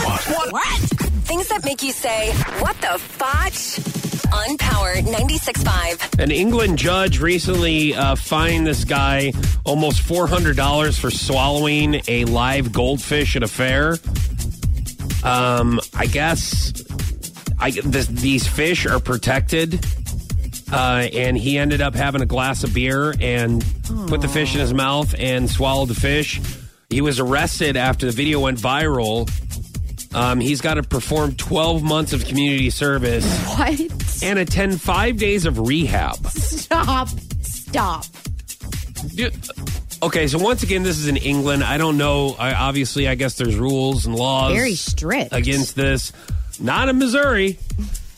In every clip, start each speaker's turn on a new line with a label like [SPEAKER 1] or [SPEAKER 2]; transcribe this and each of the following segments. [SPEAKER 1] What? Things that make you say, what the fotch? On Power 96.5.
[SPEAKER 2] An England judge recently uh, fined this guy almost four hundred dollars for swallowing a live goldfish at a fair. Um, I guess I this, these fish are protected, uh, and he ended up having a glass of beer and put the fish in his mouth and swallowed the fish. He was arrested after the video went viral. Um, he's got to perform 12 months of community service
[SPEAKER 3] What?
[SPEAKER 2] and attend five days of rehab.
[SPEAKER 3] Stop. Stop.
[SPEAKER 2] Dude, Okay, so once again, this is in England. I don't know. I, obviously, I guess there's rules and laws
[SPEAKER 3] Very strict.
[SPEAKER 2] against this. Not in Missouri,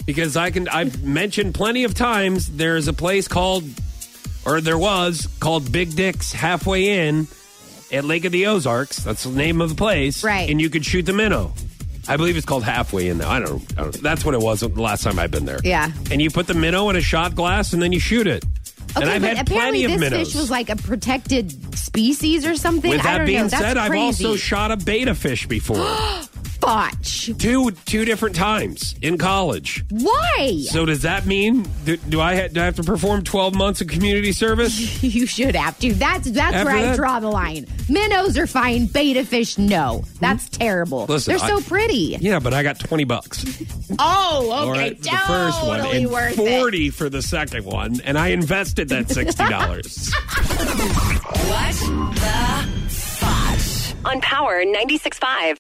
[SPEAKER 2] because I can. I've mentioned plenty of times there is a place called, or there was called Big Dick's halfway in at Lake of the Ozarks. That's the name of the place,
[SPEAKER 3] Right.
[SPEAKER 2] And you could shoot the minnow. I believe it's called halfway in now. I don't. I don't that's what it was the last time I've been there.
[SPEAKER 3] Yeah.
[SPEAKER 2] And you put the minnow in a shot glass and then you shoot it.
[SPEAKER 3] Okay,
[SPEAKER 2] and I've
[SPEAKER 3] but
[SPEAKER 2] had
[SPEAKER 3] apparently
[SPEAKER 2] plenty of
[SPEAKER 3] this
[SPEAKER 2] minnows.
[SPEAKER 3] fish was like a protected species or something.
[SPEAKER 2] With
[SPEAKER 3] I
[SPEAKER 2] that
[SPEAKER 3] don't
[SPEAKER 2] being
[SPEAKER 3] know. That's
[SPEAKER 2] said, I've
[SPEAKER 3] crazy.
[SPEAKER 2] also shot a beta fish before.
[SPEAKER 3] botch.
[SPEAKER 2] two two different times in college.
[SPEAKER 3] Why?
[SPEAKER 2] So does that mean do, do I ha- do I have to perform 12 months of community service?
[SPEAKER 3] you should have to. That's that's
[SPEAKER 2] After
[SPEAKER 3] where I
[SPEAKER 2] that-
[SPEAKER 3] draw the line. Minnows are fine. Beta fish, no. That's terrible.
[SPEAKER 2] Hmm? Listen,
[SPEAKER 3] They're so
[SPEAKER 2] I-
[SPEAKER 3] pretty.
[SPEAKER 2] Yeah, but I got 20 bucks.
[SPEAKER 3] Oh,
[SPEAKER 2] all right,
[SPEAKER 3] okay.
[SPEAKER 2] for
[SPEAKER 3] totally
[SPEAKER 2] the first one and
[SPEAKER 3] worth it.
[SPEAKER 2] 40 for the second one and I invested that $60.
[SPEAKER 1] What the fotch? On Power 96.5.